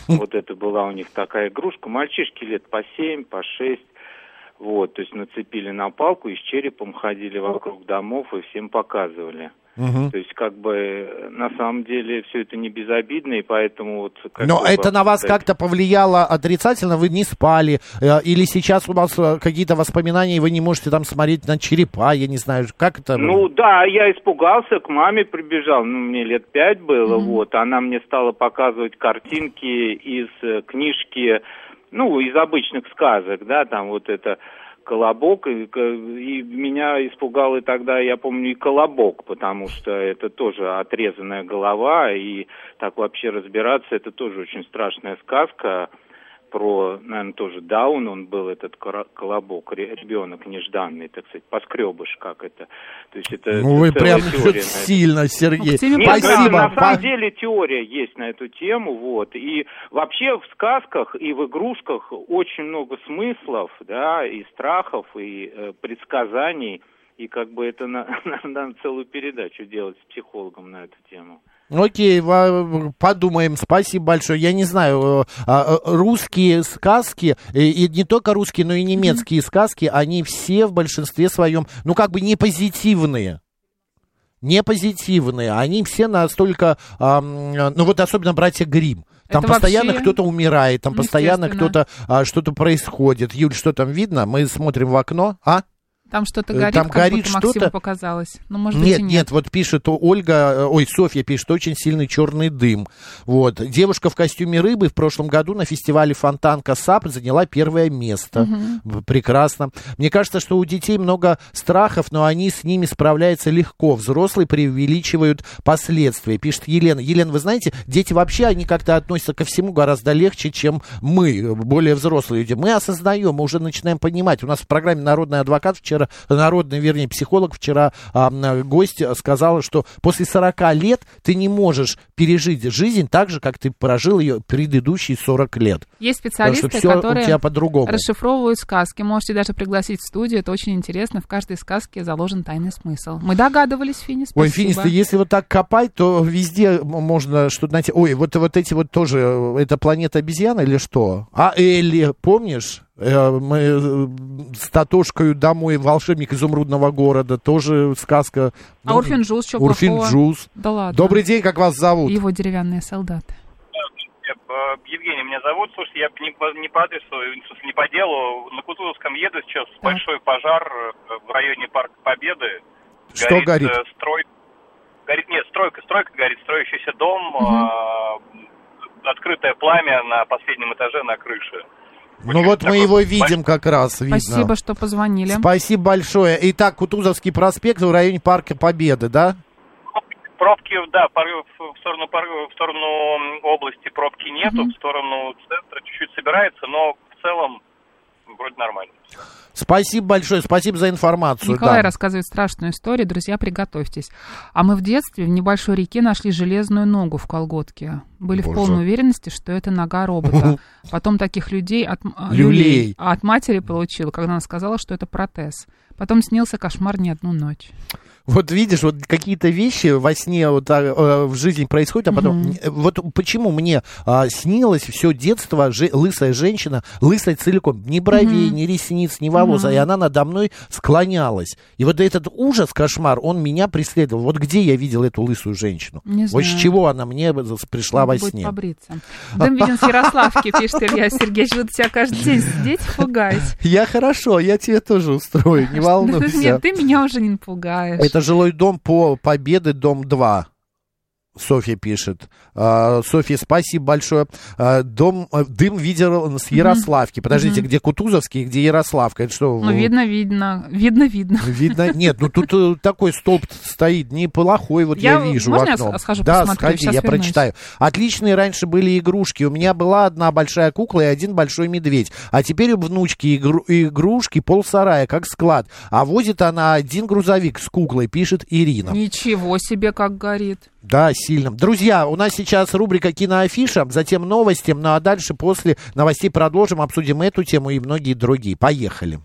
Вот это была у них такая игрушка. Мальчишки лет по семь, по шесть. Вот, то есть нацепили на палку и с черепом ходили вокруг домов и всем показывали.
Мгм.
То есть, как бы, э, на самом деле, все это не безобидно, и поэтому вот... как
Но
бы,
это на вас
да,
как-то повлияло отрицательно? Вы не спали? э, Или сейчас у вас э, какие-то воспоминания, и вы не можете там смотреть на черепа? Я не знаю, как это...
Ну да, я испугался, к маме прибежал, ну мне лет пять было, вот, она мне стала показывать картинки из э, книжки, ну из обычных сказок, да, там вот это колобок, и, к- и меня испугал и тогда, я помню, и колобок, потому что это тоже отрезанная голова, и так вообще разбираться, это тоже очень страшная сказка про, наверное, тоже Даун, он был этот кора- колобок, ре- ребенок нежданный, так сказать, поскребыш, как это. То есть это
Ну, вы
э, целая
прям
теория на это.
сильно, Сергей.
Нет, ну, это
Спасибо.
на самом
Па-
деле теория есть на эту тему, вот. И вообще в сказках и в игрушках очень много смыслов, да, и страхов, и э, предсказаний. И как бы это на- надо целую передачу делать с психологом на эту тему.
Окей, ва- подумаем. Спасибо большое. Я не знаю, э, а, э, русские сказки, э, и не только русские, но и немецкие сказки, они все в большинстве своем, ну, как бы не позитивные. Не позитивные. Они все настолько, ам, э, ну, вот особенно «Братья Грим. Там
Это
постоянно
вообще-
кто-то умирает, там постоянно
Естественно.
кто-то, а, что-то происходит. Юль, что там видно? Мы смотрим в окно, а?
Там что-то
Э,
горит,
там
как
горит
будто Максиму
что-то.
показалось. Ну, может быть,
нет,
и
нет, вот пишет о- Ольга, э, ой, Софья пишет, очень сильный черный дым. Вот. Девушка в костюме рыбы в прошлом году на фестивале Фонтанка САП заняла первое место. Б- Прекрасно. Мне кажется, что у детей много страхов, но они с ними справляются легко. Взрослые преувеличивают последствия, пишет Елена. Елена, вы знаете, дети вообще, они как-то относятся ко всему гораздо легче, чем мы, более взрослые люди. Мы осознаем, мы уже начинаем понимать. У нас в программе «Народный адвокат» вчера, народный, вернее, психолог вчера а, м, гость сказала, что после 40 лет ты не можешь пережить жизнь так же, как ты прожил ее предыдущие 40 лет.
Есть специалисты,
Потому что всё
которые
у тебя по-другому.
расшифровывают сказки. Можете даже пригласить в студию, это очень интересно. В каждой сказке заложен тайный смысл. Мы догадывались, Финис,
Ой, Финис, ты если вот так копать, то везде м- можно что-то найти. Ой, вот, вот эти вот тоже, э, это планета обезьян или что? А Элли, помнишь? Э, Мы э, с Татошкою домой, волшебник изумрудного города, тоже сказка. Ну,
А Урфин Джюс, чё
Урфин
плохого? А,
Джюс.
Да ладно.
Добрый день, как вас зовут?
Его деревянные солдаты.
Э, Евгений, меня зовут. Слушайте, я не по, не по адресу, э, в смысле, не по делу. На Кутузовском еду сейчас большой пожар э, в районе Парка Победы.
Что горит?
э, строй... Горит, нет, стройка, стройка горит, строящийся дом, э, открытое пламя на последнем этаже на крыше.
Ну вот мы его видим как раз, видно.
Спасибо, что позвонили.
Спасибо большое. Итак, Кутузовский проспект в районе Парка Победы, да?
Пробки, да, порыв в сторону, порыва- в сторону области пробки нету, в сторону центра чуть-чуть собирается, но в целом вроде нормально.
Спасибо большое, спасибо за информацию.
Николай
да.
рассказывает страшную историю. Друзья, приготовьтесь. А мы в детстве в небольшой реке нашли железную ногу в колготке. Были в
Боже.
полной уверенности, что это нога робота. Потом таких людей от, м- а,
Люлей.
люлей. А от матери получила, когда она сказала, что это протез. Потом снился кошмар не одну ночь.
Вот видишь, вот какие-то вещи во сне вот так, э, в жизни происходят, а потом
Мгм.
Э, вот почему мне а, снилось все детство же- лысая женщина, лысая целиком, ни бровей,
Мгм.
ни ресниц, ни волос,
Мгм.
и она надо мной склонялась. И вот этот ужас, кошмар, он меня преследовал. Вот где я видел эту лысую женщину?
Не
вот с
знаю.
чего она мне з- пришла во
Надо будет
сне?
побриться. Дым виден с Ярославки, пишет Илья Сергеевич. Вы тебя каждый день сидеть пугать.
Я хорошо, я тебе тоже устрою, не волнуйся.
Нет, ты меня уже не напугаешь.
Это жилой дом по Победы, дом 2. Софья пишет. А, Софья, спасибо большое. А, Дом, э, дым видел с Ярославки. Подождите,
Мгм.
где Кутузовский, где Ярославка? Это что?
Ну, видно, видно. Видно, видно.
Видно? Нет, ну тут э, такой столб стоит, неплохой, вот я,
Я-
вижу
можно я
окном.
с- схожу
да,
посмотрю?
сходи, я
Сейчас вернусь.
прочитаю. Отличные раньше были игрушки. У меня была одна большая кукла и один большой медведь. А теперь у внучки игру- игрушки полсарая, как склад. А возит она один грузовик с куклой, пишет Ирина.
Ничего себе, как горит.
Да, сильно. Друзья, у нас сейчас рубрика киноафиша, затем новости, ну а дальше после новостей продолжим, обсудим эту тему и многие другие. Поехали.